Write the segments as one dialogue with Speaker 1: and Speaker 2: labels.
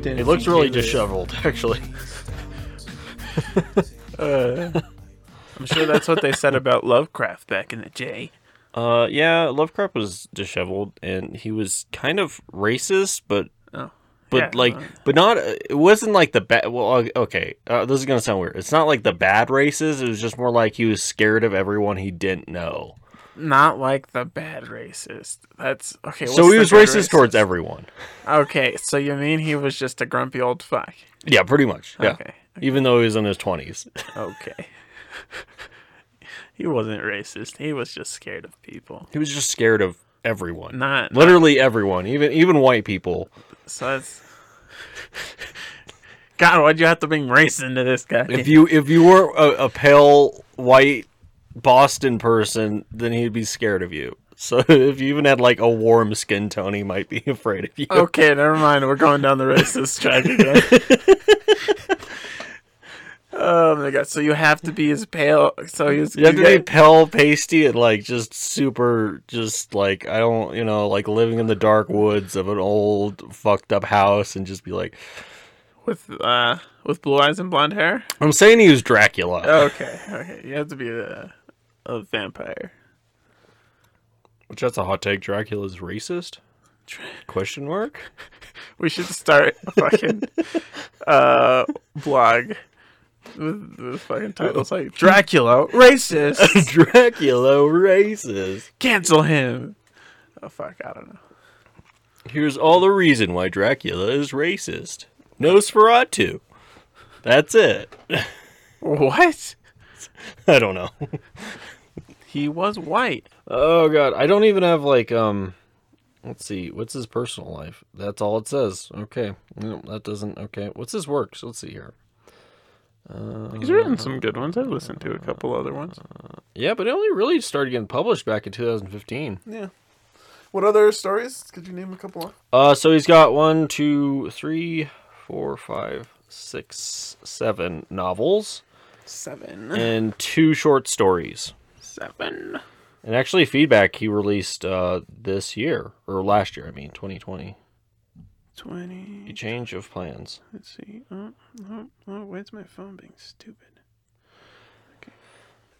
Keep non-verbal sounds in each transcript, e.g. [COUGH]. Speaker 1: It
Speaker 2: It
Speaker 1: looks really
Speaker 2: disheveled.
Speaker 1: disheveled, [LAUGHS] actually.
Speaker 3: Uh, I'm sure that's what they said [LAUGHS] about Lovecraft back in the day.
Speaker 1: Uh, yeah, Lovecraft was disheveled, and he was kind of racist, but
Speaker 3: Oh.
Speaker 1: but
Speaker 3: Yeah,
Speaker 1: like,
Speaker 3: uh,
Speaker 1: but not. It wasn't like the bad. Well, o- okay, uh, this is gonna sound weird. It's not like the bad races. It was just more like he was scared of everyone he didn't know.
Speaker 3: Not like the bad racist. That's okay.
Speaker 1: so
Speaker 3: what's
Speaker 1: he
Speaker 3: the
Speaker 1: was
Speaker 3: good
Speaker 1: racist towards everyone.
Speaker 3: Okay, so you mean he was just a grumpy old fuck?
Speaker 1: Yeah, pretty much. Yeah,
Speaker 3: Okay.
Speaker 1: even though he was in his twenties. [LAUGHS]
Speaker 3: Okay. [LAUGHS] he wasn't racist. He was just scared of people.
Speaker 1: He was just scared of everyone.
Speaker 3: Not- uh,
Speaker 1: literally everyone, even even white people.
Speaker 3: So that's. God, why'd you have to bring race into this guy?
Speaker 1: If you if you were a, a pale white Boston person, then he'd be scared of you. So [LAUGHS] if you even had like a warm skin tone, he might be [LAUGHS] afraid of you.
Speaker 3: Okay, never mind. We're going down the racist track again.
Speaker 1: [LAUGHS]
Speaker 3: oh my god! So you have to be as pale. So he's
Speaker 1: You have to
Speaker 3: got-
Speaker 1: be pale, pasty, and like just super, just like I don't, you know, like living in the dark woods of an old fucked up house, and just be like,
Speaker 3: with uh with blue eyes and blonde hair.
Speaker 1: I'm saying he was Dracula.
Speaker 3: Okay, okay. You have to be a, a vampire.
Speaker 1: Which that's a hot take. Dracula's racist? Question mark.
Speaker 3: We should start a
Speaker 1: [LAUGHS]
Speaker 3: fucking uh blog with, with fucking titles
Speaker 1: [LAUGHS]
Speaker 3: like Dracula racist.
Speaker 1: Dracula racist.
Speaker 3: Cancel him. Oh fuck! I don't know.
Speaker 1: Here's all the reason why Dracula is racist. Nosferatu. That's it. [LAUGHS]
Speaker 3: What?
Speaker 1: I don't know.
Speaker 3: He was white.
Speaker 1: Oh god, I don't even have like um let's see, what's his personal life? That's all it says. Okay. No, that doesn't okay. What's his works? Let's see here.
Speaker 3: He's written some good ones. I listened to a couple other ones.
Speaker 1: Yeah, but it only really started getting published back in 2015.
Speaker 3: Yeah. What other stories? Could you name a couple? Of?
Speaker 1: Uh so he's got one, two, three, four, five, six, seven novels
Speaker 3: Seven.
Speaker 1: and two short stories.
Speaker 3: Seven.
Speaker 1: And actually, feedback he released uh, this year or last year. I mean, 2020.
Speaker 3: Twenty.
Speaker 1: Change of plans.
Speaker 3: Let's see. Oh, oh, oh, where's my phone being stupid? Okay.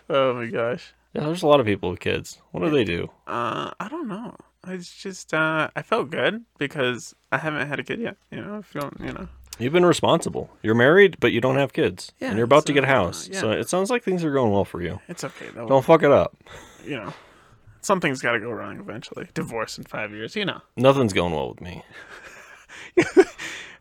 Speaker 3: Oh my gosh.
Speaker 1: Yeah, there's a lot of people with kids. What do they do?
Speaker 3: Uh, I don't know. It's just uh, I felt good because I haven't had a kid yet. You know, I'm feeling. You know.
Speaker 1: You've been responsible. You're married, but you don't have kids,
Speaker 3: Yeah,
Speaker 1: and you're about to
Speaker 3: so,
Speaker 1: get a house.
Speaker 3: uh, yeah.
Speaker 1: So it sounds like things are going well for you.
Speaker 3: It's okay though.
Speaker 1: Don't fuck it up.
Speaker 3: You know, something's got to go wrong eventually. Divorce in five years. You know.
Speaker 1: Nothing's going well with me.
Speaker 3: Uh,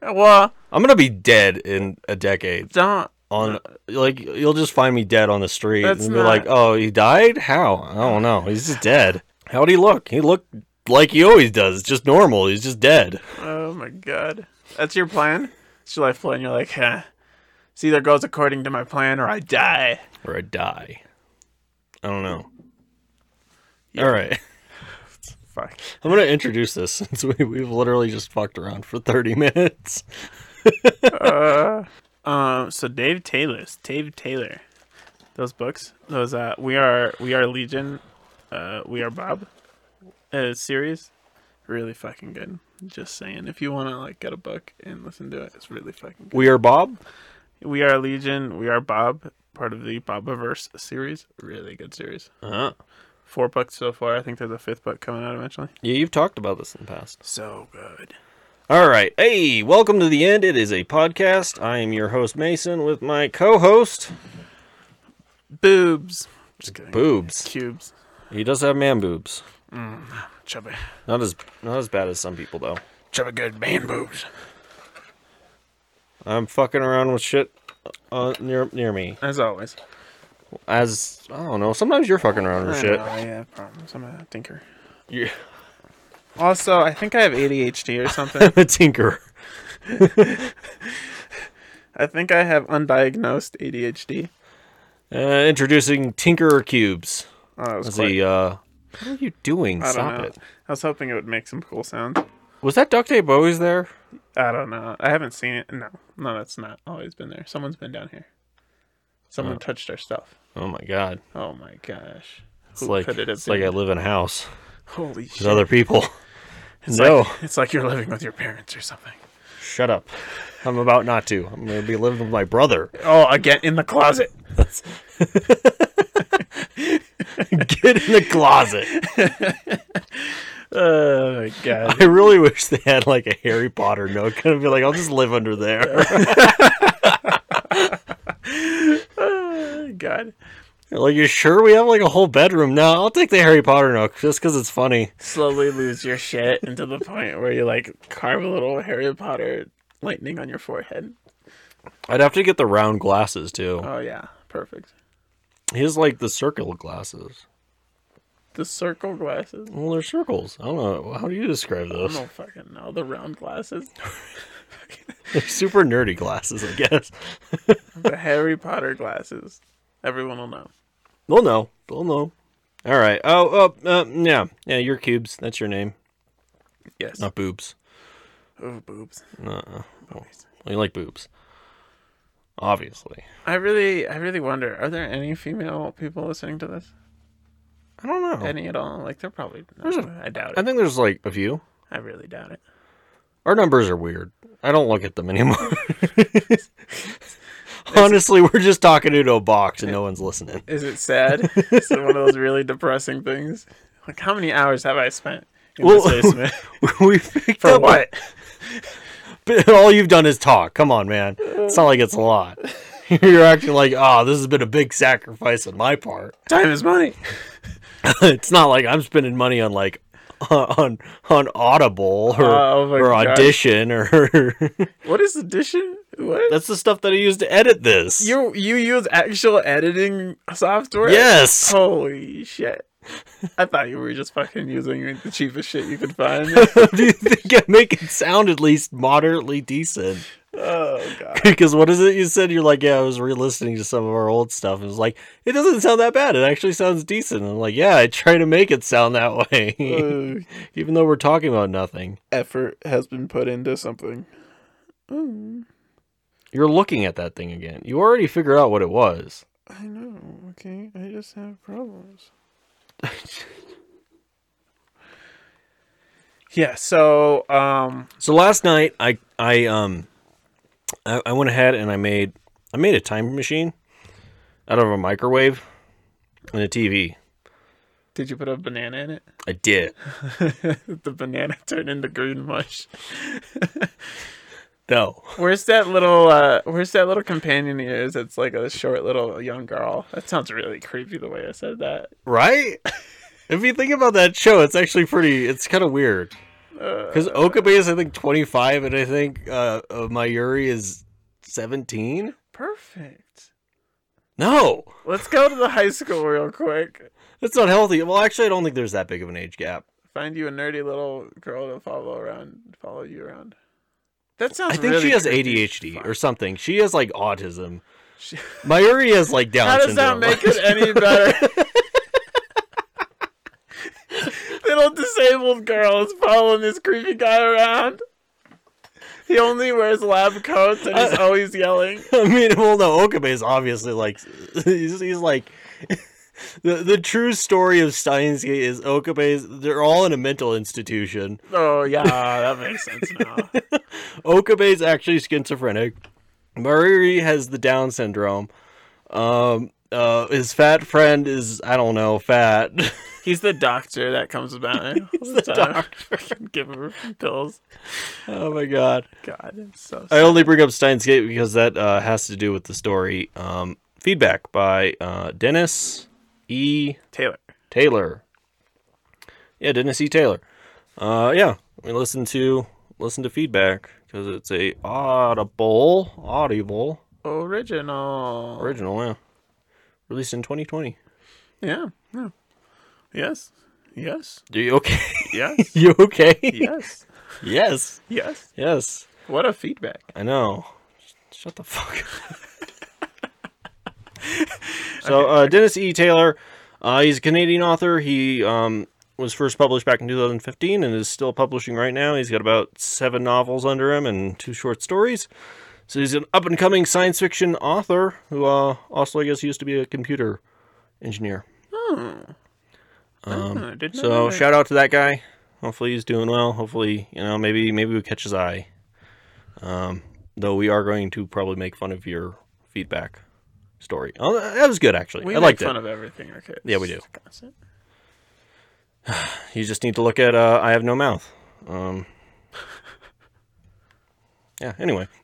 Speaker 3: Well,
Speaker 1: I'm gonna be dead in a decade.
Speaker 3: don't.
Speaker 1: On like you'll just find me dead on the street
Speaker 3: That's
Speaker 1: and be
Speaker 3: not-
Speaker 1: like, "Oh, he died? How? I don't know. He's just dead. How'd he look? He looked like he always does. Just normal. He's just dead."
Speaker 3: Oh my god. That's your plan. It's your life plan. You're like, huh. This either goes according to my plan or I die.
Speaker 1: or I die. I don't know. All right. [LAUGHS]
Speaker 3: Fuck.
Speaker 1: I'm going to introduce this since we, we've literally just fucked around for 30 [LAUGHS] minutes.
Speaker 3: Um, so Dave Taylor's Dave Taylor, those books, those uh, we are we are Legion, uh, we are Bob, uh, series, really fucking good. Just saying, if you want to like get a book and listen to it, it's really fucking
Speaker 1: We are Bob.
Speaker 3: good. We are Legion, we are Bob, part of the Bobiverse series, really good series.
Speaker 1: Uh-huh.
Speaker 3: Four books so far. I think there's a fifth book coming out eventually.
Speaker 1: Yeah, you've talked about this in the past.
Speaker 3: So good.
Speaker 1: All right. Hey, welcome to the end. It is a podcast. I am your host, Mason, with my co host,
Speaker 3: Boobs. Just kidding.
Speaker 1: Boobs.
Speaker 3: Cubes.
Speaker 1: He does have man boobs.
Speaker 3: Chubby.
Speaker 1: Not as not as bad as some people though.
Speaker 3: Chubby good man boobs.
Speaker 1: I'm fucking around with shit uh, near near me.
Speaker 3: As always.
Speaker 1: As I don't know. Sometimes you're fucking around with
Speaker 3: I
Speaker 1: shit.
Speaker 3: know, Oh, I have problems. I'm a tinker.
Speaker 1: You're [LAUGHS]
Speaker 3: Also, I think I have ADHD or
Speaker 1: [LAUGHS]
Speaker 3: something.
Speaker 1: a tinker.
Speaker 3: I think I have undiagnosed ADHD.
Speaker 1: Uh, introducing Tinkerer Cubes.
Speaker 3: Oh, that was
Speaker 1: Let's
Speaker 3: quite-
Speaker 1: see, uh, what are you doing?
Speaker 3: I don't
Speaker 1: Stop
Speaker 3: know.
Speaker 1: it.
Speaker 3: I was hoping it would make some cool sounds.
Speaker 1: Was that duct tape always there?
Speaker 3: I don't know. I haven't seen it. No, no, that's not always been there. Someone's been down here. Someone touched our stuff.
Speaker 1: Oh my god.
Speaker 3: Oh my gosh.
Speaker 1: It's like,
Speaker 3: could it have
Speaker 1: it's like I
Speaker 3: been?
Speaker 1: live in a house
Speaker 3: Holy
Speaker 1: with
Speaker 3: shit.
Speaker 1: other people.
Speaker 3: [LAUGHS]
Speaker 1: [LAUGHS]
Speaker 3: It's
Speaker 1: no.
Speaker 3: Like, it's like you're living with your parents or something.
Speaker 1: Shut up. I'm about not to. I'm going to be living with
Speaker 3: [LAUGHS]
Speaker 1: my brother. [LAUGHS]
Speaker 3: Oh, again in the closet.
Speaker 1: Get in the closet.
Speaker 3: Oh my god.
Speaker 1: I really wish they had like a Harry Potter nook. I'd be like, I'll just live under there. [LAUGHS]
Speaker 3: Oh, [LAUGHS] god.
Speaker 1: like, you sure we have like a whole bedroom? No, I'll take the Harry Potter nook just because it's funny.
Speaker 3: Slowly lose your shit until the point where you like carve a little Harry Potter lightning on your forehead.
Speaker 1: I'd have to get the round glasses too.
Speaker 3: Oh yeah, perfect.
Speaker 1: He has like the circle glasses.
Speaker 3: The circle glasses.
Speaker 1: Well, they're circles. I don't know. How do you describe
Speaker 3: I
Speaker 1: those?
Speaker 3: don't fucking know the round [LAUGHS] glasses.
Speaker 1: [LAUGHS] They're super nerdy glasses, I guess.
Speaker 3: the Harry Potter glasses. Everyone will know.
Speaker 1: They'll know. They'll know. All right. Oh, oh, uh, yeah. Yeah, your cubes. That's your name.
Speaker 3: Yes.
Speaker 1: Not boobs.
Speaker 3: Oh, boobs.
Speaker 1: Well, you like boobs. Obviously.
Speaker 3: I really, I really wonder. Are there any female people listening to this?
Speaker 1: I don't know.
Speaker 3: Any at all? Like they're probably. Oh. Hmm. I doubt
Speaker 1: I
Speaker 3: it.
Speaker 1: think there's like a few.
Speaker 3: I really doubt it.
Speaker 1: Our numbers are weird. I don't look at them anymore. [LAUGHS] Honestly, we're just talking into a box and no one's listening. [LAUGHS]
Speaker 3: Is it sad? Is it one of those really depressing things? Like how many hours have I spent in
Speaker 1: Well-
Speaker 3: this [LAUGHS] basement?
Speaker 1: we picked
Speaker 3: For
Speaker 1: up
Speaker 3: what?
Speaker 1: But [LAUGHS] all you've done is talk. Come on, man. It's not like it's a lot. [LAUGHS] You're acting like, oh, this has been a big sacrifice on my part. [LAUGHS]
Speaker 3: Time is money.
Speaker 1: it's not like I'm spending money on like [LAUGHS] on on Audible or,
Speaker 3: Oh my
Speaker 1: or
Speaker 3: God.
Speaker 1: audition or [LAUGHS]
Speaker 3: What is addition? What?
Speaker 1: that's the stuff that I use to edit this.
Speaker 3: you you use actual editing software?
Speaker 1: yes. [LAUGHS]
Speaker 3: Holy shit. I thought you were just fucking using the cheapest shit you could find.
Speaker 1: Do you think I make it sound at least moderately decent? [LAUGHS]
Speaker 3: oh god.
Speaker 1: Because what is it you said? You're like, yeah, I was re-listening to some of our old stuff. It was like, it doesn't sound that bad. It actually sounds decent. And I'm like, yeah, I try to make it sound that [LAUGHS] way,
Speaker 3: Uh,
Speaker 1: even though we're talking about nothing.
Speaker 3: [LAUGHS] effort has been put into something. Mm,
Speaker 1: You're looking at that thing again. You already figured out what it was.
Speaker 3: I know. Okay, I just have problems. [LAUGHS] yeah. So, um,
Speaker 1: So last night, I I um I, I went ahead and I made I made a time machine out of a microwave and a TV.
Speaker 3: did you put a banana in it? [LAUGHS]
Speaker 1: I did.
Speaker 3: the banana turned into green mush.
Speaker 1: No.
Speaker 3: Where's that little? uh Where's that little companion of yours? That's like a short little young girl. That sounds really creepy the way I said that.
Speaker 1: Right? if you think about that show, it's actually pretty. It's kind of weird
Speaker 3: Uh,
Speaker 1: because Okabe is I think 25, and I think uh, uh, Mayuri is 17.
Speaker 3: Perfect.
Speaker 1: No,
Speaker 3: Let's go to the high school real quick.
Speaker 1: that's not healthy. Well, actually, I don't think there's that big of an age gap.
Speaker 3: Find you a nerdy little girl to follow around, follow you around. That sounds.
Speaker 1: I think
Speaker 3: really
Speaker 1: she has
Speaker 3: creepy.
Speaker 1: ADHD or something. She has like autism.
Speaker 3: She-
Speaker 1: Mayuri has like Down
Speaker 3: How does that
Speaker 1: syndrome.
Speaker 3: make it any better? Little disabled girl is following this creepy guy around. He only wears lab coats and
Speaker 1: Uh,
Speaker 3: he's always yelling.
Speaker 1: [LAUGHS] I mean, well, no, Okabe is obviously like he's, he's like [LAUGHS] the the true story of Steins Gate is Okabe's. They're all in a mental institution.
Speaker 3: Oh
Speaker 1: [LAUGHS]
Speaker 3: yeah, that makes sense now.
Speaker 1: Okabe is actually schizophrenic. Mariri has the Down syndrome. Um, uh, his fat friend is I don't know fat. [LAUGHS]
Speaker 3: He's the doctor that comes about. He's
Speaker 1: the
Speaker 3: [LAUGHS] Give him pills.
Speaker 1: oh my god!
Speaker 3: God, it's so.
Speaker 1: I only bring up Steins Gate because that uh, has to do with the story. Um, feedback by uh, Dennis E.
Speaker 3: Taylor.
Speaker 1: Taylor. Yeah, Dennis E. Taylor. Uh, yeah, we listen to listen to feedback because it's a audible audible
Speaker 3: Original.
Speaker 1: original. Yeah, released in 2020.
Speaker 3: yeah. Yeah. Yes. Yes.
Speaker 1: Do you okay? [LAUGHS]
Speaker 3: Yes. [LAUGHS]
Speaker 1: you okay?
Speaker 3: yes.
Speaker 1: yes.
Speaker 3: Yes.
Speaker 1: Yes.
Speaker 3: What a feedback.
Speaker 1: I know. Shut the fuck up. so, uh, Dennis E. Taylor, uh, he's a Canadian author. He um, was first published back in 2015 and is still publishing right now. He's got about seven novels under him and two short stories. So, he's an up and coming science fiction author who uh, also, I guess, used to be a computer engineer.
Speaker 3: Oh, I didn't know
Speaker 1: Um, So,
Speaker 3: that.
Speaker 1: shout out to that guy. Hopefully, he's doing well. Hopefully, you know, maybe maybe we catch his eye. Um, though we are going to probably make fun of your feedback story. Oh, that was good actually.
Speaker 3: We
Speaker 1: I
Speaker 3: make
Speaker 1: liked
Speaker 3: fun
Speaker 1: it.
Speaker 3: of everything. Okay.
Speaker 1: Yeah, we do.
Speaker 3: Constant.
Speaker 1: You just need to look at uh, I have no mouth.
Speaker 3: [LAUGHS]
Speaker 1: Um, yeah. Anyway. [LAUGHS]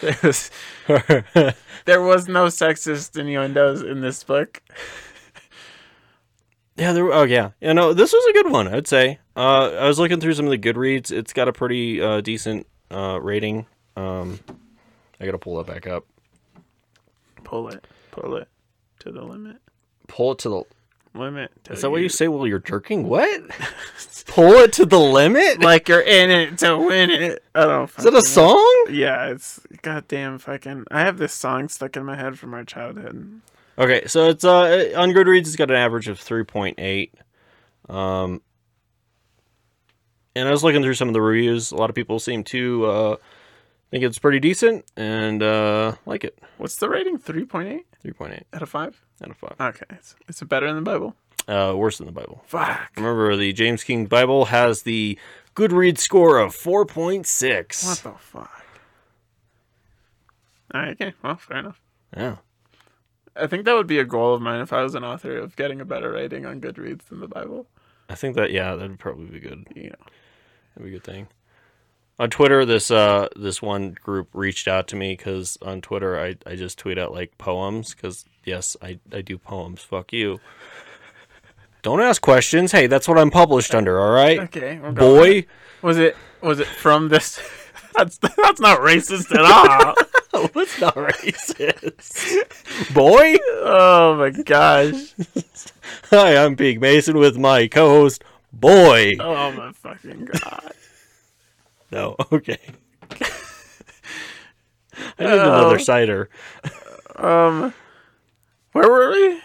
Speaker 3: There was, [LAUGHS] there was no sexist innuendos in this book.
Speaker 1: Yeah, there. Oh, yeah. You know, this was a good one. I'd say. Uh, I was looking through some of the Goodreads. It's got a pretty uh, decent uh, rating. Um, I gotta pull that back up.
Speaker 3: Pull it. Pull it to the limit.
Speaker 1: Pull it to the.
Speaker 3: Limit. till
Speaker 1: Is that what you say while you're jerking? What? [LAUGHS] pull it to the
Speaker 3: [LAUGHS]
Speaker 1: limit.
Speaker 3: Like you're in it to win it. I don't.
Speaker 1: Is that a
Speaker 3: fucking know.
Speaker 1: song?
Speaker 3: Yeah, it's goddamn fucking. I have this song stuck in my head from our childhood.
Speaker 1: Okay, so it's uh on Goodreads, it's got an average of three point eight. Um, and I was looking through some of the reviews. A lot of people seem to uh, think it's pretty decent and uh, like it.
Speaker 3: What's the rating? Three point eight
Speaker 1: Three point eight
Speaker 3: out of five.
Speaker 1: out of five.
Speaker 3: Okay, it's, it's better than the Bible.
Speaker 1: Uh, worse than the Bible.
Speaker 3: Fuck.
Speaker 1: Remember, the James King Bible has the Goodreads score of four point
Speaker 3: What
Speaker 1: six.
Speaker 3: the fuck? All right. Okay. Well, fair enough.
Speaker 1: Yeah.
Speaker 3: I think that would be a goal of mine if I was an author of getting a better rating on Goodreads than the Bible.
Speaker 1: I think that yeah, that'd probably be good.
Speaker 3: You know.
Speaker 1: That'd be a good thing. On Twitter, this uh this one group reached out to me because on Twitter I, I just tweet out like poems because yes I I do poems. Fuck you. Don't ask questions. Hey, that's what I'm published under. All right,
Speaker 3: Okay. we're going.
Speaker 1: boy.
Speaker 3: Was it was it from this? [LAUGHS] that's that's not racist at
Speaker 1: [LAUGHS]
Speaker 3: all.
Speaker 1: What's not racist, boy?
Speaker 3: [LAUGHS]
Speaker 1: [LAUGHS]
Speaker 3: oh my gosh.
Speaker 1: Hi, I'm Pete Mason with my co-host, boy.
Speaker 3: Oh my fucking god.
Speaker 1: No, [LAUGHS] okay. I need another cider.
Speaker 3: Where were we?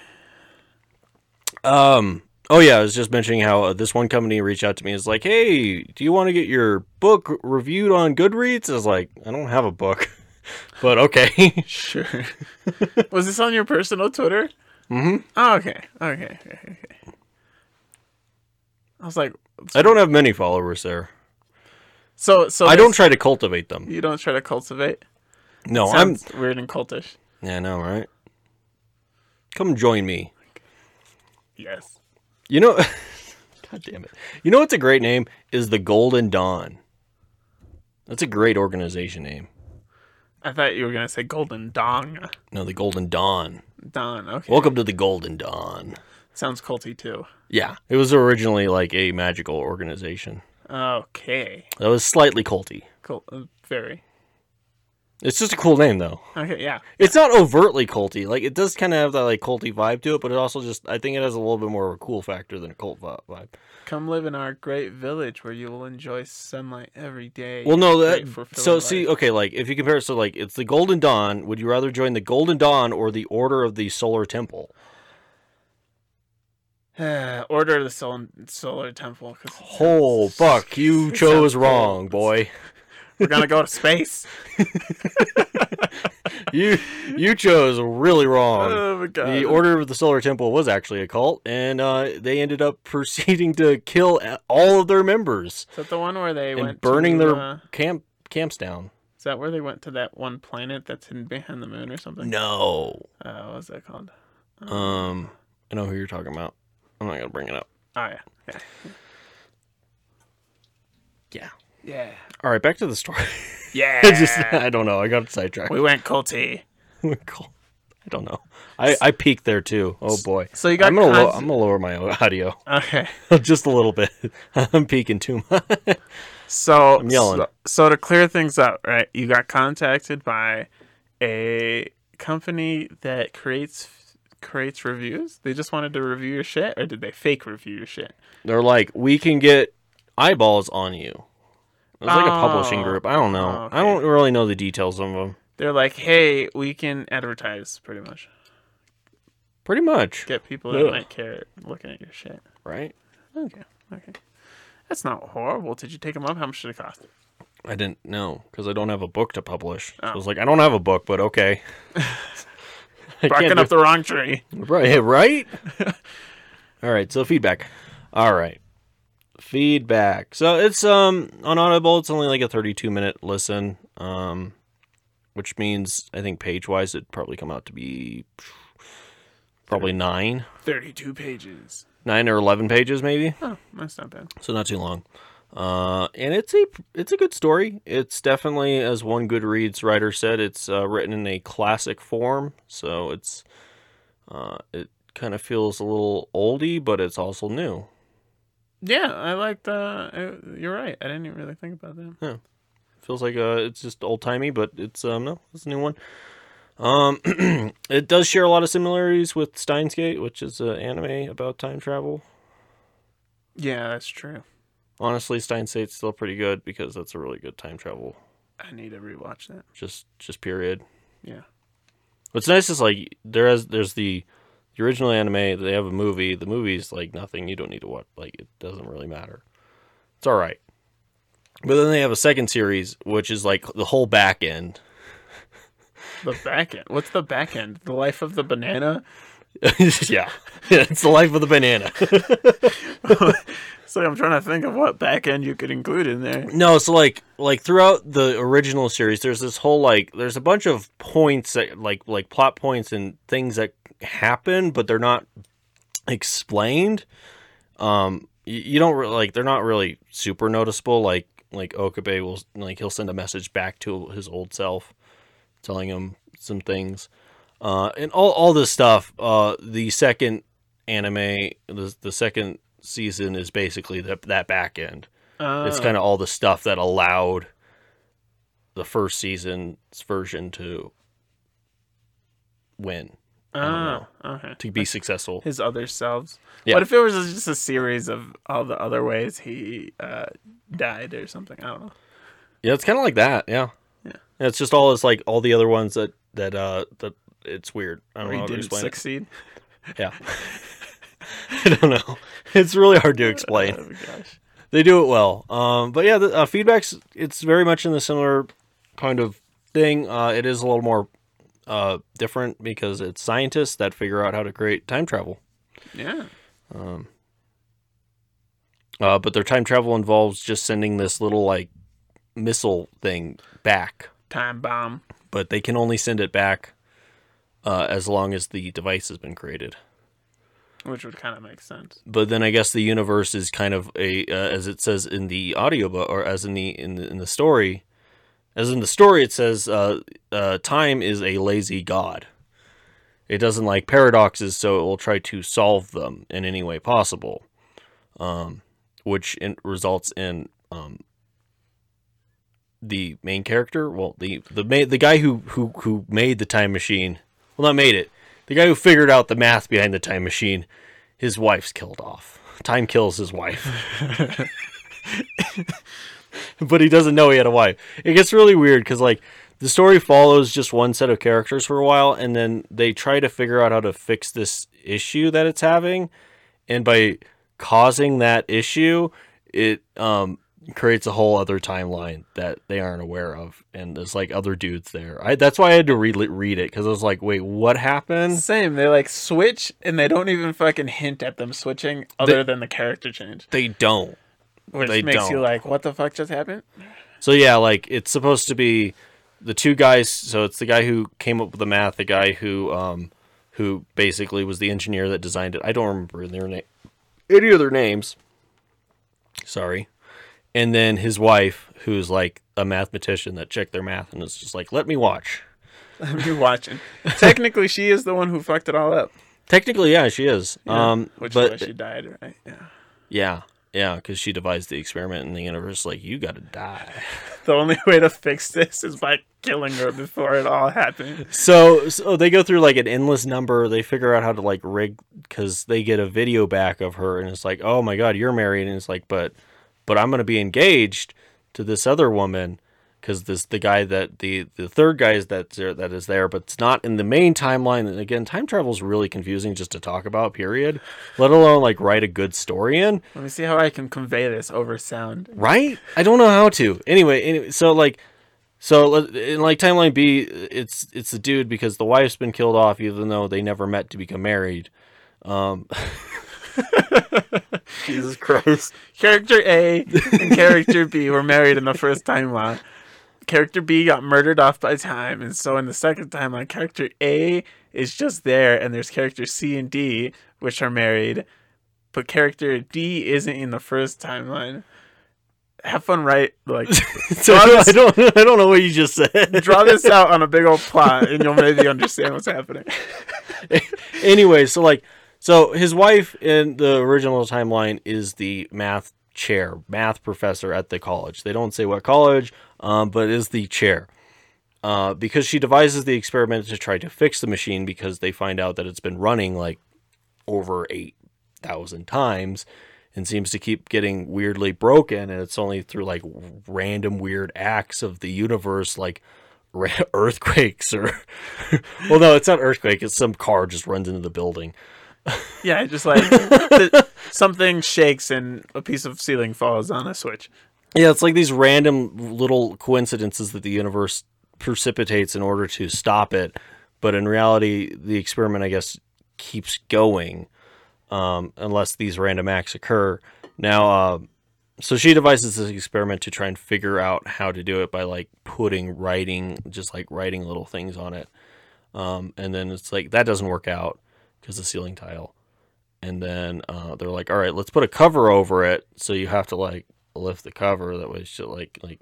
Speaker 1: Um. Oh yeah, I was just mentioning how uh, this one company reached out to me. Is like, hey, do you want to get your book reviewed on Goodreads? I was like, I don't have a book, [LAUGHS] but okay. [LAUGHS]
Speaker 3: Sure. [LAUGHS] was this on your personal Twitter?
Speaker 1: Mhm.
Speaker 3: Oh, okay. Okay. Okay. Okay. I was like,
Speaker 1: I don't have many followers there.
Speaker 3: so so
Speaker 1: I don't
Speaker 3: this-
Speaker 1: try to cultivate them.
Speaker 3: you don't try to cultivate.
Speaker 1: No, I'm.
Speaker 3: Sounds weird and cultish.
Speaker 1: Yeah, I know, right? Come join me.
Speaker 3: Yes.
Speaker 1: You know. [LAUGHS] God damn it. You know what's a great name is the Golden Dawn. That's a great organization name.
Speaker 3: I thought you were gonna say golden dong.
Speaker 1: No, the Golden Dawn.
Speaker 3: Don. Okay.
Speaker 1: Welcome to the Golden Dawn.
Speaker 3: Sounds culty too.
Speaker 1: Yeah, it was originally like a magical organization
Speaker 3: Okay.
Speaker 1: that was slightly culty.
Speaker 3: Cool. Uh, Very.
Speaker 1: It's just a cool name though.
Speaker 3: Okay. Yeah.
Speaker 1: It's not overtly culty. Like it does kind of have that like culty vibe to it, but it also just I think it has a little bit more of a cool factor than a cult vi- vibe.
Speaker 3: Come live in our great village where you will enjoy sunlight every day.
Speaker 1: Well, no,
Speaker 3: Great
Speaker 1: that
Speaker 3: fulfilling
Speaker 1: so
Speaker 3: life.
Speaker 1: see okay, like if you compare it, so like it's the Golden Dawn. Would you rather join the Golden Dawn or the Order of the Solar Temple?
Speaker 3: [SIGHS] Order of the Sol- Solar Temple. Cause
Speaker 1: Oh, fuck! You
Speaker 3: Sounds
Speaker 1: chose
Speaker 3: cool.
Speaker 1: wrong, boy. [LAUGHS]
Speaker 3: we're gonna go to space.
Speaker 1: You you chose really wrong.
Speaker 3: oh my god.
Speaker 1: Um, The Order of the Solar Temple was actually a cult, and uh, they ended up [LAUGHS] proceeding to kill a- all of their members
Speaker 3: Is that the one where they
Speaker 1: and
Speaker 3: went
Speaker 1: burning
Speaker 3: to,
Speaker 1: their
Speaker 3: Uh,
Speaker 1: camp camps down.
Speaker 3: is that where they went to that one planet that's hidden behind the moon or something?
Speaker 1: No,
Speaker 3: Uh, what was that called?
Speaker 1: um, I know who you're talking about. I'm not gonna bring it up.
Speaker 3: Oh yeah. Yeah.
Speaker 1: Yeah.
Speaker 3: Yeah.
Speaker 1: All right, back to the story. [LAUGHS]
Speaker 3: Yeah.
Speaker 1: I just I don't know. I got sidetracked.
Speaker 3: we went culty.
Speaker 1: Cool. [LAUGHS] I don't know. I I peaked there too. Oh boy.
Speaker 3: So you got
Speaker 1: I'm gonna lo-
Speaker 3: cons-
Speaker 1: I'm gonna lower my audio [LAUGHS]
Speaker 3: Okay.
Speaker 1: just a little bit. [LAUGHS] I'm peaking too much.
Speaker 3: So
Speaker 1: yelling.
Speaker 3: So, so to clear things up, right? You got contacted by a company that creates creates reviews. They just wanted to review your shit, or did they fake review your shit?
Speaker 1: They're like, we can get eyeballs on you. It's like a publishing
Speaker 3: Oh,
Speaker 1: group. I don't know.
Speaker 3: okay.
Speaker 1: I don't really know the details of them.
Speaker 3: They're like, "Hey, we can advertise, pretty much,
Speaker 1: Pretty much,
Speaker 3: get people that
Speaker 1: Ugh.
Speaker 3: might care looking at your shit."
Speaker 1: right?
Speaker 3: Okay, okay, that's not horrible. Did you take them up? How much did it cost?
Speaker 1: I didn't know because I don't have a book to publish. So I
Speaker 3: Oh.
Speaker 1: was like, I don't have a book,
Speaker 3: [LAUGHS]
Speaker 1: but okay. I can't eh,
Speaker 3: Barking
Speaker 1: do- [LAUGHS]
Speaker 3: up the wrong tree. [LAUGHS]
Speaker 1: Right, right. All right. So feedback. All right. feedback. So it's um on Audible, it's only like a 32 minute listen, um, which means I think page wise it'd probably come out to be probably nine,
Speaker 3: Thirty-two pages.
Speaker 1: nine or 11 pages maybe.
Speaker 3: Oh, that's not bad.
Speaker 1: So not too long. Uh, and it's a it's a good story. It's definitely, as one Goodreads writer said, it's uh, written in a classic form. So it's uh, it kind of feels a little oldie, but it's also new.
Speaker 3: Yeah, I liked. Uh, I- you're right. I didn't even really think about that.
Speaker 1: feels like uh, it's just old timey, but it's um no, it's a new one. Um, [CLEARS THROAT] it does share a lot of similarities with Steins Gate, which is an anime about time travel.
Speaker 3: Yeah, that's true.
Speaker 1: Honestly, Steins Gate's still pretty good because that's a really good time travel.
Speaker 3: I need to rewatch that.
Speaker 1: Just just period.
Speaker 3: Yeah.
Speaker 1: What's nice is like there is there's the the original anime. They have a movie. The movie's like nothing. You don't need to watch. Like it doesn't really matter. It's all right. But then they have a second series, which is like the whole back end. [LAUGHS]
Speaker 3: The back end. What's the back end? The life of the banana.
Speaker 1: yeah, it's the life of the banana.
Speaker 3: So I'm trying to think of what back end you could include in there.
Speaker 1: No, so like like throughout the original series, there's this whole like there's a bunch of points that like like plot points and things that happen, but they're not explained. Um, you, you don't really, like they're not really super noticeable. Like like Okabe will like he'll send a message back to his old self, telling him some things, uh, and all all this stuff. Uh, the second anime, the the second season is basically that that back end
Speaker 3: Uh,
Speaker 1: it's kind of all the stuff that allowed the first season's version to win
Speaker 3: Oh, okay.
Speaker 1: to be successful
Speaker 3: His other selves.
Speaker 1: Yeah.
Speaker 3: What if it was just a series of all the other ways he uh, died or something? I don't know.
Speaker 1: yeah it's kind of like that yeah
Speaker 3: Yeah.
Speaker 1: And it's just all it's like all the other ones that that uh that it's weird i don't
Speaker 3: Or
Speaker 1: know
Speaker 3: he
Speaker 1: how to
Speaker 3: didn't
Speaker 1: explain it.
Speaker 3: succeed.
Speaker 1: yeah [LAUGHS] i don't know it's really
Speaker 3: [LAUGHS]
Speaker 1: hard to explain
Speaker 3: Oh, gosh.
Speaker 1: they do it well. Um, but yeah, the uh, feedbacks it's very much in the similar kind of thing. Uh, it is a little more uh, different because it's scientists that figure out how to create time travel.
Speaker 3: Yeah.
Speaker 1: Uh, but their time travel involves just sending this little like missile thing back,
Speaker 3: Time bomb.
Speaker 1: but they can only send it back uh, as long as the device has been created.
Speaker 3: Which would kind of make sense.
Speaker 1: but then I guess the universe is kind of a uh, as it says in the audiobook or as in the in the, in the story as in the story it says uh, uh, time is a lazy god. It doesn't like paradoxes, so it will try to solve them in any way possible, um, which in, results in um, the main character. Well, the the ma- the guy who who who made the time machine. Well, not made it. The guy who figured out the math behind the time machine his wife's killed off. Time kills his [LAUGHS] wife. but he doesn't know he had a wife. It gets really weird because, like, the story follows just one set of characters for a while, and then they try to figure out how to fix this issue that it's having. And by causing that issue, it um, creates a whole other timeline that they aren't aware of. And there's like other dudes there. I, that's why I had to re- read it because I was like, wait, what happened?
Speaker 3: Same. They like switch and they don't even fucking hint at them switching other than the character change.
Speaker 1: They don't.
Speaker 3: Which
Speaker 1: They
Speaker 3: makes you
Speaker 1: don't.
Speaker 3: like, what the fuck just
Speaker 1: [LAUGHS]
Speaker 3: happened? [LAUGHS]
Speaker 1: So yeah, like it's supposed to be the two guys. So it's the guy who came up with the math, the guy who um who basically was the engineer that designed it. I don't remember their name, any of their names. Sorry, and then his wife, who's like a mathematician that checked their math and is just like, "Let me watch."
Speaker 3: you watching. Technically, she is the one who fucked it all up.
Speaker 1: Technically, yeah, she is. um,
Speaker 3: which
Speaker 1: but
Speaker 3: is why she died, right? Yeah.
Speaker 1: yeah, yeah, because she devised the experiment, and the universe is like, "You gotta die."
Speaker 3: The only [LAUGHS] way to fix this is by killing her before it all happened.
Speaker 1: So, so they go through like an endless number. They figure out how to like rig because they get a video back of her, and it's like, oh my god, you're married, and it's like, but, but I'm gonna be engaged to this other woman because this the guy that the the third guy is that's there that is there, but it's not in the main timeline. And again, time travel is really confusing just to talk about. Period. Let alone like write a good story in
Speaker 3: Let me see how I can convey this over sound.
Speaker 1: right i don't know how to anyway, anyway so like so let- in like timeline b it's it's the dude because the wife's been killed off even though they never met to become married um
Speaker 2: Jesus Christ.
Speaker 3: Character A and character B were married in the first timeline. Character B got murdered off by time, and so in the second timeline, character A is just there, and there's character C and D, which are married, but character D isn't in the first timeline. Have fun, right? Like,
Speaker 1: [LAUGHS] so I don't, I don't know what you just said.
Speaker 3: draw this out on a big old plot, and you'll maybe understand what's happening.
Speaker 1: anyway, so like, so his wife in the original timeline is the math chair, math professor at the college. They don't say what college, um, but is the chair. Uh, because she devises the experiment to try to fix the machine because they find out that it's been running like over 8,000 times and seems to keep getting weirdly broken. And it's only through like random weird acts of the universe, like [LAUGHS] ra- earthquakes or well no it's not earthquake it's some car just runs into the building
Speaker 3: Yeah, just like th- something shakes and a piece of ceiling falls on a switch.
Speaker 1: yeah it's like these random little coincidences that the universe precipitates in order to stop it but in reality the experiment i guess keeps going um, unless these random acts occur now uh, so she devises this experiment to try and figure out how to do it by like putting writing just like writing little things on it um, and then it's like that doesn't work out because the ceiling tile and then uh, they're like all right let's put a cover over it so you have to like lift the cover that way shit like like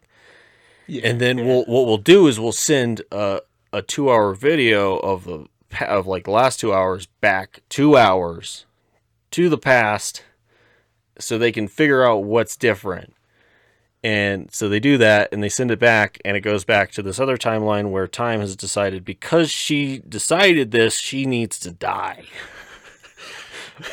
Speaker 1: and then we'll what we'll do is we'll send a, a two hour video of the pa- of like last two hours back two hours to the past so they can figure out what's different and so they do that and they send it back and it goes back to this other timeline where time has decided because she decided this she needs to die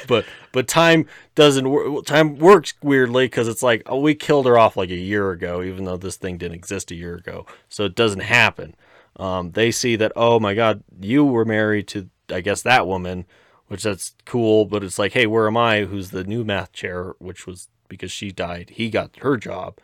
Speaker 1: but but time doesn't work time works weirdly because it's like oh we killed her off like a year ago even though this thing didn't exist a year ago so it doesn't happen um, they see that oh my god you were married to i guess that woman which that's cool but it's like hey where am i who's the new math chair which was because she died he got her job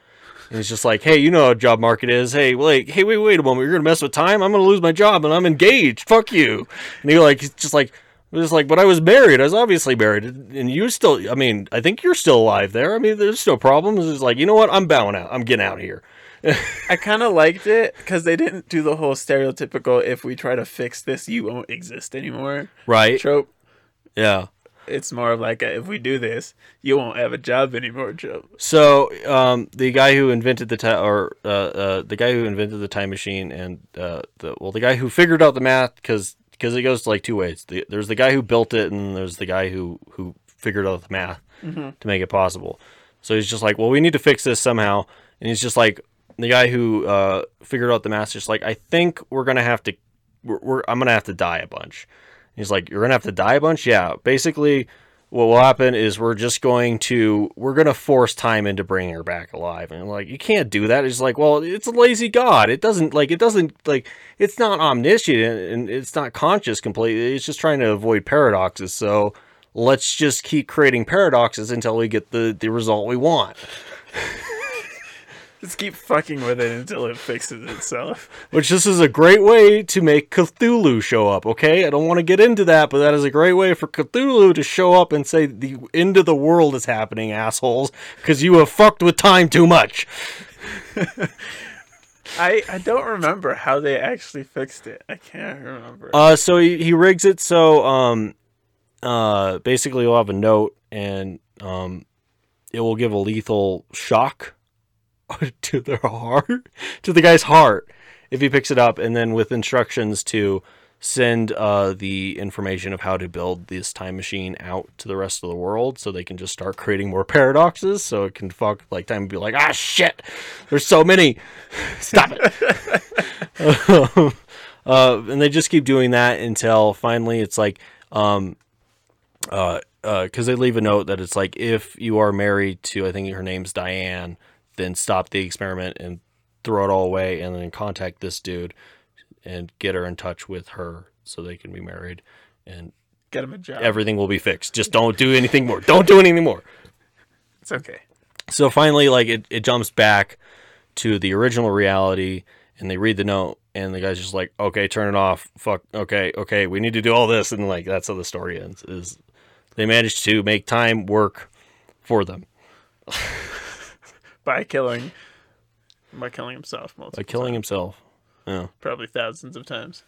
Speaker 1: and it's just like hey you know how job market is hey wait hey wait wait a moment you're gonna mess with time i'm gonna lose my job and i'm engaged fuck you and you're like it's just like it's just like but i was married i was obviously married and you still i mean i think you're still alive there i mean there's no problem it's just like you know what i'm bowing out i'm getting out of here
Speaker 3: I kind of liked it because they didn't do the whole stereotypical "if we try to fix this, you won't exist anymore"
Speaker 1: right
Speaker 3: trope.
Speaker 1: yeah
Speaker 3: It's more of like a, "if we do this, you won't have a job anymore" trope.
Speaker 1: So um, the guy who invented the time, or uh, uh, the guy who invented the time machine, and uh, the well, the guy who figured out the math, because it goes like two ways. The, there's the guy who built it, and there's the guy who who figured out the math to make it possible. So he's just like, well, we need to fix this somehow, and he's just like, the guy who uh, figured out the math, is just like, I think we're gonna have to, we're, we're I'm gonna have to die a bunch. He's like, you're gonna have to die a bunch. Yeah, basically, what will happen is we're just going to we're gonna force time into bringing her back alive. And like, you can't do that. It's like, well, it's a lazy god. It doesn't like it doesn't like it's not omniscient and it's not conscious completely. It's just trying to avoid paradoxes. So let's just keep creating paradoxes until we get the the result we want.
Speaker 3: Just keep fucking with it until it fixes itself.
Speaker 1: Which this is a great way to make Cthulhu show up, okay? I don't want to get into that, but that is a great way for Cthulhu to show up and say the end of the world is happening, assholes, because you have fucked with time too much.
Speaker 3: I I don't remember how they actually fixed it. I can't remember.
Speaker 1: Uh, so he, he rigs it so um, uh, basically you'll have a note and um, it will give a lethal shock [LAUGHS] to their heart, to the guy's heart, if he picks it up, and then with instructions to send uh, the information of how to build this time machine out to the rest of the world so they can just start creating more [LAUGHS] paradoxes so it can fuck like time and be like ah shit there's so many [LAUGHS] stop it uh, and they just keep doing that until finally it's like um uh because they leave a note that it's like if you are married to i think her name's diane then stop the experiment and throw it all away and then contact this dude and get her in touch with her so they can be married and
Speaker 3: Get him a job.
Speaker 1: everything will be fixed just don't do anything more don't do anything more
Speaker 3: it's okay.
Speaker 1: so finally like it, it jumps back to the original reality and they read the note and the guy's just like okay turn it off fuck okay okay we need to do all this and like that's how the story ends is They managed to make time work for them
Speaker 3: by killing by killing himself multiple
Speaker 1: by killing himself. Yeah,
Speaker 3: times, probably thousands of times.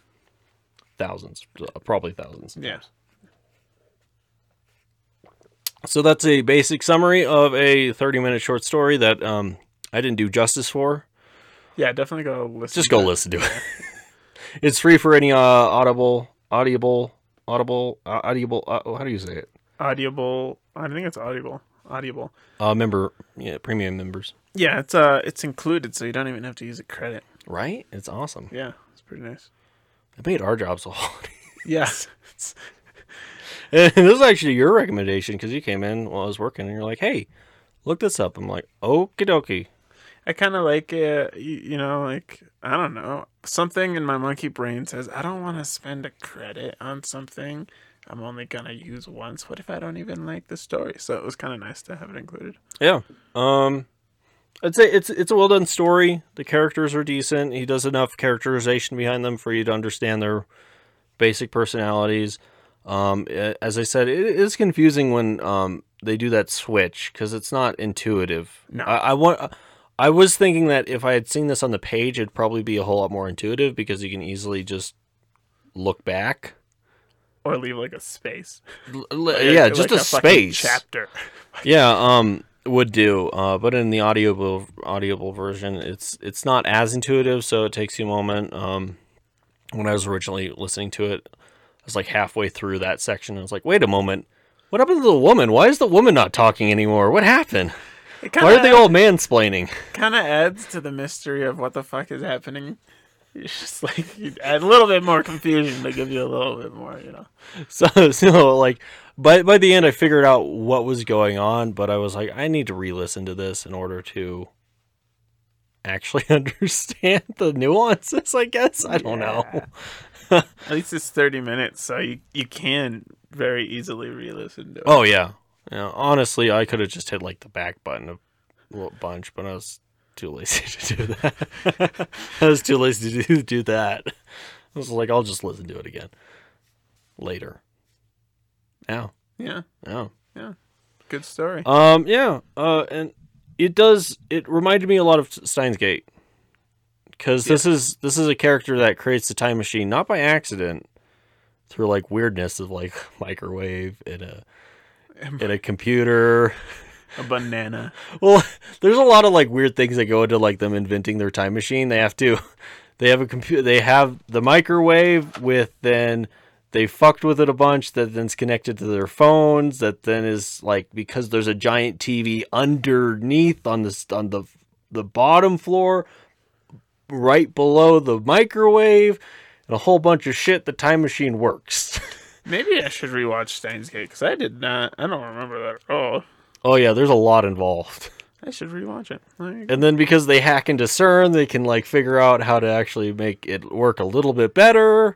Speaker 1: thousands, probably thousands.
Speaker 3: Yeah.
Speaker 1: So that's a basic summary of a 30-minute short story that um, I didn't do justice for.
Speaker 3: Yeah, definitely go listen.
Speaker 1: Just go
Speaker 3: to that.
Speaker 1: listen to it. [LAUGHS] it's free for any uh, Audible, Audible, Audible, uh, Audible. Uh, how do you say it?
Speaker 3: Audible. I think it's Audible. Audible.
Speaker 1: Uh, member, yeah, premium members.
Speaker 3: Yeah, it's uh, it's included, so you don't even have to use a credit.
Speaker 1: Right? It's awesome.
Speaker 3: Yeah, it's pretty nice.
Speaker 1: It made our job so hard.
Speaker 3: Yeah,
Speaker 1: [LAUGHS] And this is actually your recommendation because you came in while I was working and you're like, hey, look this up. I'm like, okie dokie.
Speaker 3: I kind of like it. You, you know, like I don't know, something in my monkey brain says I don't want to spend a credit on something. I'm only gonna use once. What if I don't even like the story? So it was kind of nice to have it included.
Speaker 1: Yeah. Um, I'd say it's it's a well done story. The characters are decent. He does enough characterization behind them for you to understand their basic personalities. Um, a- as I said, it is confusing when um, they do that switch because it's not intuitive.
Speaker 3: No.
Speaker 1: I, I want. I was thinking that if I had seen this on the page, it'd probably be a whole lot more intuitive because you can easily just look back.
Speaker 3: Or leave like a space.
Speaker 1: L- l- Uh, yeah,
Speaker 3: Like
Speaker 1: just a,
Speaker 3: fucking
Speaker 1: space. [LAUGHS]
Speaker 3: chapter.
Speaker 1: Yeah, um, would do. Uh, but in the audible audible version, it's it's not as intuitive, so it takes you a moment. Um, when I was originally listening to it, I was like halfway through that section. I was like, wait a moment, what happened to the woman? Why is the woman not talking anymore? What happened?
Speaker 3: It
Speaker 1: Why are
Speaker 3: kinda-
Speaker 1: they all mansplaining? [LAUGHS]
Speaker 3: kind of adds to the mystery of what the fuck is happening. It's just like [LAUGHS] you add a little bit more confusion to give you a little bit more, you know.
Speaker 1: So so like. By, by the end, I figured out what was going on, but I was like, I need to re listen to this in order to actually [LAUGHS] understand the nuances, I guess. I don't know.
Speaker 3: Yeah. At least it's thirty minutes, so you you can very easily re-listen to it.
Speaker 1: Oh yeah. Yeah. Honestly, I could have just hit like the back button a little bunch, but I was too lazy [LAUGHS] to do that. [LAUGHS] I was too lazy to do, do that. I was like, I'll just listen to it again later. Now,
Speaker 3: Yeah,
Speaker 1: now.
Speaker 3: good story.
Speaker 1: Um, yeah. Uh, and it does. It reminded me a lot of Steins Gate because this is this is a character that creates the time machine not by accident through like weirdness of like [LAUGHS] microwave and a in a computer
Speaker 3: a banana.
Speaker 1: well, [LAUGHS] there's a lot of like weird things that go into like them inventing their time machine. They have to, [LAUGHS] they have a computer, they have the microwave with then they fucked with it a bunch that then's connected to their phones. That then is like because there's a giant TV underneath on this on the the bottom floor, right below the microwave, and a whole bunch of shit. The time machine works. [LAUGHS]
Speaker 3: Maybe I should rewatch Steins Gate because I did not. I don't remember that at all.
Speaker 1: oh yeah, there's a lot involved.
Speaker 3: I should rewatch it. There you go.
Speaker 1: And then because they hack into CERN, they can like figure out how to actually make it work a little bit better.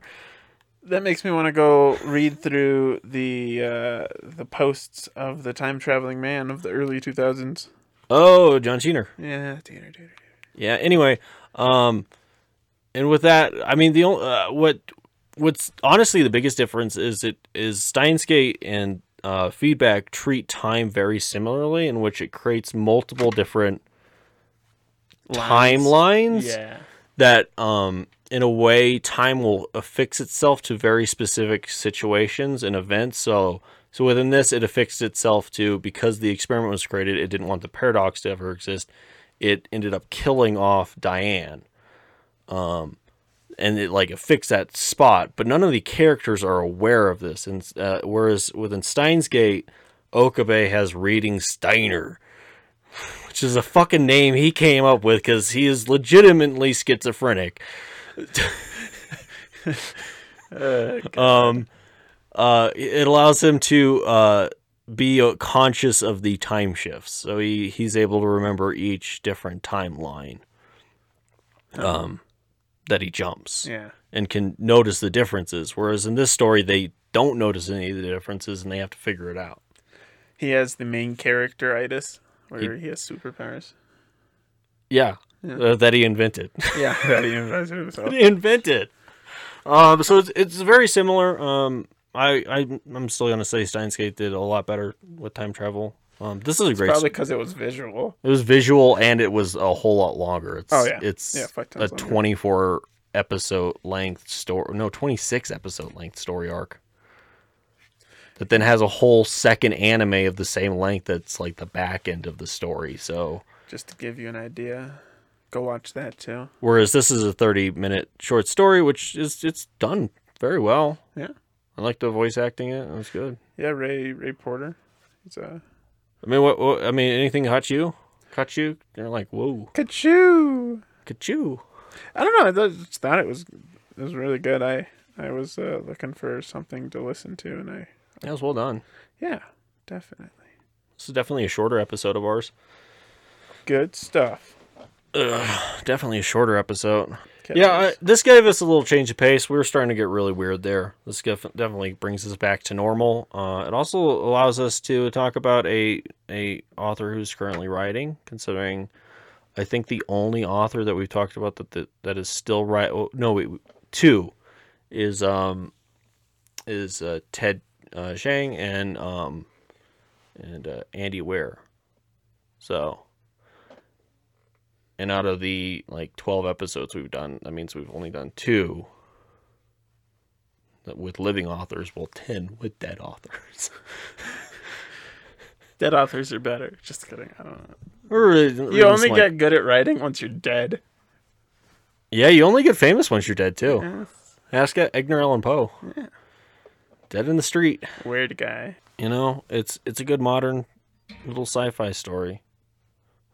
Speaker 3: That makes me want to go read through the uh, the posts of the time traveling man of the early two thousands.
Speaker 1: Oh, John Cena.
Speaker 3: Yeah, Tanner, Tanner.
Speaker 1: Yeah. Anyway, um, and with that, I mean the only uh, what what's honestly the biggest difference is it is Steins Gate and uh, feedback treat time very similarly, in which it creates multiple different timelines.
Speaker 3: Yeah.
Speaker 1: that um in a way time will affix itself to very specific situations and events so so within this it affixed itself to because the experiment was created it didn't want the paradox to ever exist it ended up killing off diane um and it like affixed that spot but none of the characters are aware of this and uh, whereas within steins gate okabe has reading steiner which is a fucking name he came up with because he is legitimately schizophrenic.
Speaker 3: Oh,
Speaker 1: um, uh, it allows him to uh, be uh, conscious of the time shifts, so he, he's able to remember each different timeline um, that he jumps
Speaker 3: Yeah.
Speaker 1: and can notice the differences. Whereas in this story, they don't notice any of the differences and they have to figure it out.
Speaker 3: He has the main character itis where he, has superpowers.
Speaker 1: Yeah, uh, that he invented. [LAUGHS]
Speaker 3: [LAUGHS] Yeah. that he invites himself.
Speaker 1: invented. Um, so it's, it's very similar. Um, I, I I'm still gonna say Steins Gate did a lot better with time travel. Um, this is a great.
Speaker 3: Probably because it was visual.
Speaker 1: It was visual and it was a whole lot longer. It's,
Speaker 3: Oh, yeah.
Speaker 1: It's
Speaker 3: Yeah, fuck
Speaker 1: a
Speaker 3: tons longer.
Speaker 1: 24 episode length story. No, 26 episode length story arc. That then has a whole second anime of the same length that's like the back end of the story. So,
Speaker 3: Just to give you an idea, go watch that too.
Speaker 1: whereas this is a 30 minute short story, which is it's done very well.
Speaker 3: Yeah.
Speaker 1: I like the voice acting. in It. It was good.
Speaker 3: Yeah, Ray Ray Porter. He's a
Speaker 1: I mean, what, what I mean, anything caught you? Caught you? They're like, whoa,
Speaker 3: Kachoo.
Speaker 1: caught you.
Speaker 3: I don't know. I thought- just thought it was it was really good. I I was uh, looking for something to listen to, and I
Speaker 1: That was well done.
Speaker 3: yeah, definitely
Speaker 1: This is definitely a shorter episode of ours.
Speaker 3: good stuff.
Speaker 1: definitely a shorter episode.
Speaker 3: Okay,
Speaker 1: Yeah, I, this gave us a little change of pace. We were starting to get really weird there. This def- definitely brings us back to normal. Uh, it also allows us to talk about a a author who's currently writing, considering I think the only author that we've talked about that that, that is still right. No, wait, two is um is uh, Ted uh, Zhang and um and uh, Andy Ware. So and out of the like 12 episodes we've done that means we've only done two that- with living authors well 10 with dead authors
Speaker 3: dead authors are better. Just kidding. I don't know.
Speaker 1: Or, [LAUGHS] uh, at
Speaker 3: You
Speaker 1: least,
Speaker 3: only
Speaker 1: like-
Speaker 3: get good at writing once you're dead.
Speaker 1: yeah you only get famous once you're dead too
Speaker 3: Yeah.
Speaker 1: ask E-, edgar allan poe dead in the street
Speaker 3: Weird guy.
Speaker 1: you know it's it's a good modern little sci-fi story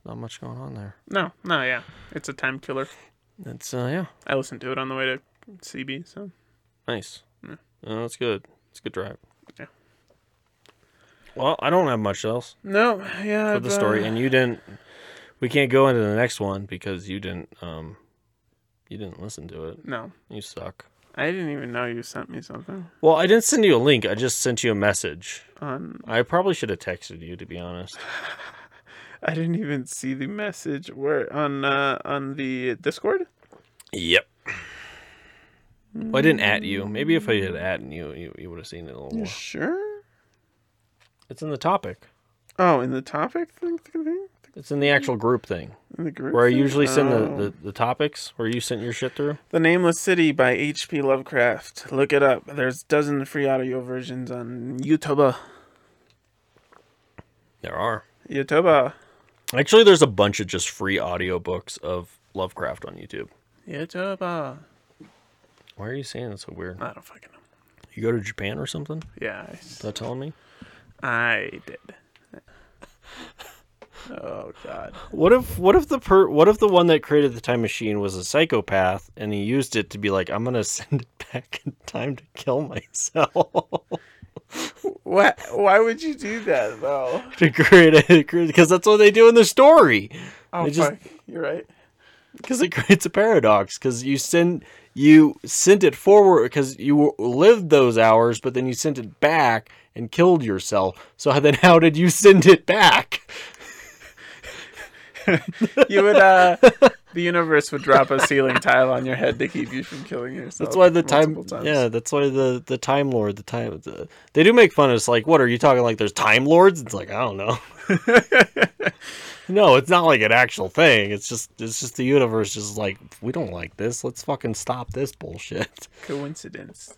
Speaker 1: not much going on there
Speaker 3: No, no, yeah, it's a time killer.
Speaker 1: it's uh yeah
Speaker 3: I listened to it on the way to CB. So
Speaker 1: Nice. Oh, that's good. It's a good drive.
Speaker 3: Hmm. Yeah.
Speaker 1: Well, I don't have much else
Speaker 3: no, yeah,
Speaker 1: for the story,
Speaker 3: uh,
Speaker 1: and you didn't. We can't go into the next one because you didn't. Um, you didn't listen to it.
Speaker 3: no,
Speaker 1: You suck.
Speaker 3: I didn't even know you sent me something
Speaker 1: Well, I didn't send you a link. I just sent you a message.
Speaker 3: on.
Speaker 1: I probably should have texted you, to be honest.
Speaker 3: I didn't even see the message where on uh, on the Discord.
Speaker 1: Yep. Well, I didn't at you. Maybe if I had at you, you, you would have seen it a little
Speaker 3: You
Speaker 1: more.
Speaker 3: sure?
Speaker 1: It's in the topic.
Speaker 3: Oh, in the topic thing, thing, thing?
Speaker 1: It's in the actual group thing
Speaker 3: in the group.
Speaker 1: where I
Speaker 3: thing?
Speaker 1: usually send
Speaker 3: Oh.
Speaker 1: the, the, the topics where you sent your shit through.
Speaker 3: The Nameless City by H.P. Lovecraft. Look it up. There's dozen free audio versions on YouTube.
Speaker 1: There are.
Speaker 3: YouTube.
Speaker 1: Actually, there's a bunch of just free audiobooks of Lovecraft on YouTube.
Speaker 3: YouTube.
Speaker 1: Why are you saying it's so weird?
Speaker 3: I don't fucking know.
Speaker 1: You go to Japan or something?
Speaker 3: Yeah, I s-
Speaker 1: Is that telling me?
Speaker 3: I did. [LAUGHS] Oh God.
Speaker 1: What if what if the per what if the one that created the time machine was a psychopath and he used it to be like, I'm gonna [LAUGHS] send it back in time to kill myself [LAUGHS]
Speaker 3: What? Why would you do that though?
Speaker 1: to create a because that's what they do in the story.
Speaker 3: Oh
Speaker 1: They just-
Speaker 3: fuck. You're right.
Speaker 1: because it creates a paradox because you send you sent it forward because you lived those hours but then you sent it back and killed yourself so then how did you send it back
Speaker 3: You would.
Speaker 1: [LAUGHS]
Speaker 3: uh The universe would drop a ceiling tile on your head to keep you from killing yourself.
Speaker 1: that's why the time
Speaker 3: multiple times.
Speaker 1: yeah that's why the the time lord the time the, they do make fun of it's like what are you talking like there's time lords it's like i don't
Speaker 3: [LAUGHS]
Speaker 1: know no it's not like an actual thing it's just it's just the universe is like we don't like this let's fucking stop this bullshit [LAUGHS]
Speaker 3: Coincidence.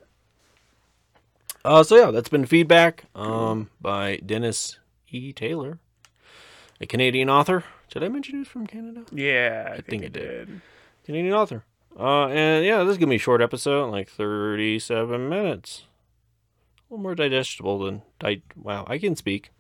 Speaker 1: Uh, so yeah, that's been feedback um, by Dennis E. Taylor, a Canadian author. Did I mention he was from Canada?
Speaker 3: Yeah, I,
Speaker 1: think
Speaker 3: think, it
Speaker 1: it
Speaker 3: did.
Speaker 1: Canadian author. Uh, and yeah, this is gonna be a short episode, like thirty-seven minutes. A little more digestible than di- Wow, I can speak.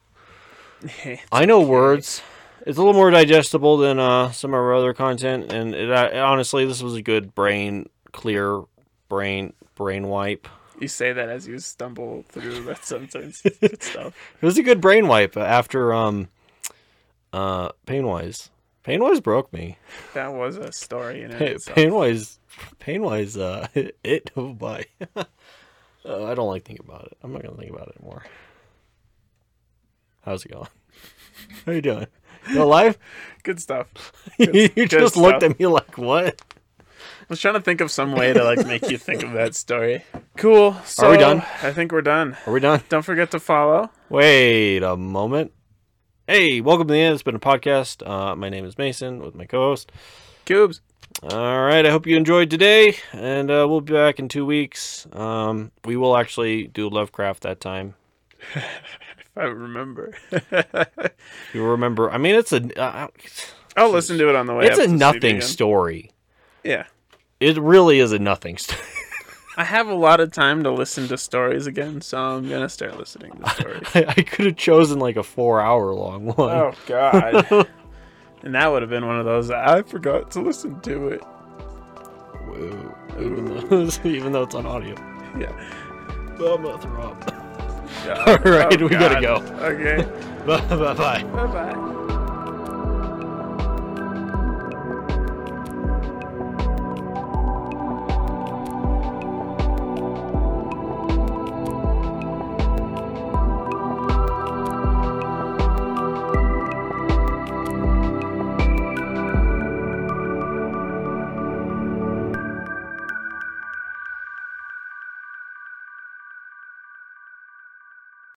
Speaker 1: I know words. It's a little more digestible than uh, some of our other content, and it, uh, honestly, this was a good brain clear, brain brain wipe.
Speaker 3: [LAUGHS] You say that as you stumble through that sometimes
Speaker 1: [LAUGHS]
Speaker 3: good stuff.
Speaker 1: It was a good brain wipe after um uh Painwise. Painwise broke me.
Speaker 3: That was a story in
Speaker 1: Pa-
Speaker 3: it.
Speaker 1: Painwise Painwise uh [LAUGHS] it oh [LAUGHS] my. uh, I don't like thinking about it. I'm not gonna think about it anymore. How's it going? How you doing? You alive? [LAUGHS]
Speaker 3: Good stuff.
Speaker 1: you
Speaker 3: good
Speaker 1: just looked
Speaker 3: stuff.
Speaker 1: at me like what?
Speaker 3: was trying to think of some way to like make you think of that story. Cool. So
Speaker 1: done?
Speaker 3: I think we're done.
Speaker 1: Are we done?
Speaker 3: Don't forget to follow.
Speaker 1: Wait a moment. Hey, welcome to the end. It's been a podcast. Uh, my name is Mason with my co-host.
Speaker 3: Cubes.
Speaker 1: All right, I hope you enjoyed today, and uh, we'll be back in two weeks. Um, we will actually do Lovecraft that time.
Speaker 3: If I remember. [LAUGHS]
Speaker 1: If You remember? I mean, it's a uh,
Speaker 3: I'll listen to it on the way.
Speaker 1: it's
Speaker 3: up
Speaker 1: a
Speaker 3: to sleep
Speaker 1: nothing
Speaker 3: again.
Speaker 1: story.
Speaker 3: Yeah.
Speaker 1: It really is a nothing story. [LAUGHS]
Speaker 3: I have a lot of time to listen to stories again, so I'm gonna start listening to
Speaker 1: [LAUGHS]
Speaker 3: stories.
Speaker 1: I could have chosen like a four-hour-long one.
Speaker 3: oh God. [LAUGHS] and that would have been one of those I forgot to listen to it.
Speaker 1: Whoa. [LAUGHS] Even though, [LAUGHS] even though it's on audio.
Speaker 3: Yeah.
Speaker 1: I'm gonna throw up.
Speaker 3: Yeah.
Speaker 1: [LAUGHS] All right,
Speaker 3: Oh,
Speaker 1: we gotta
Speaker 3: God.
Speaker 1: go. [LAUGHS]
Speaker 3: Okay.
Speaker 1: Bye bye.
Speaker 3: bye bye.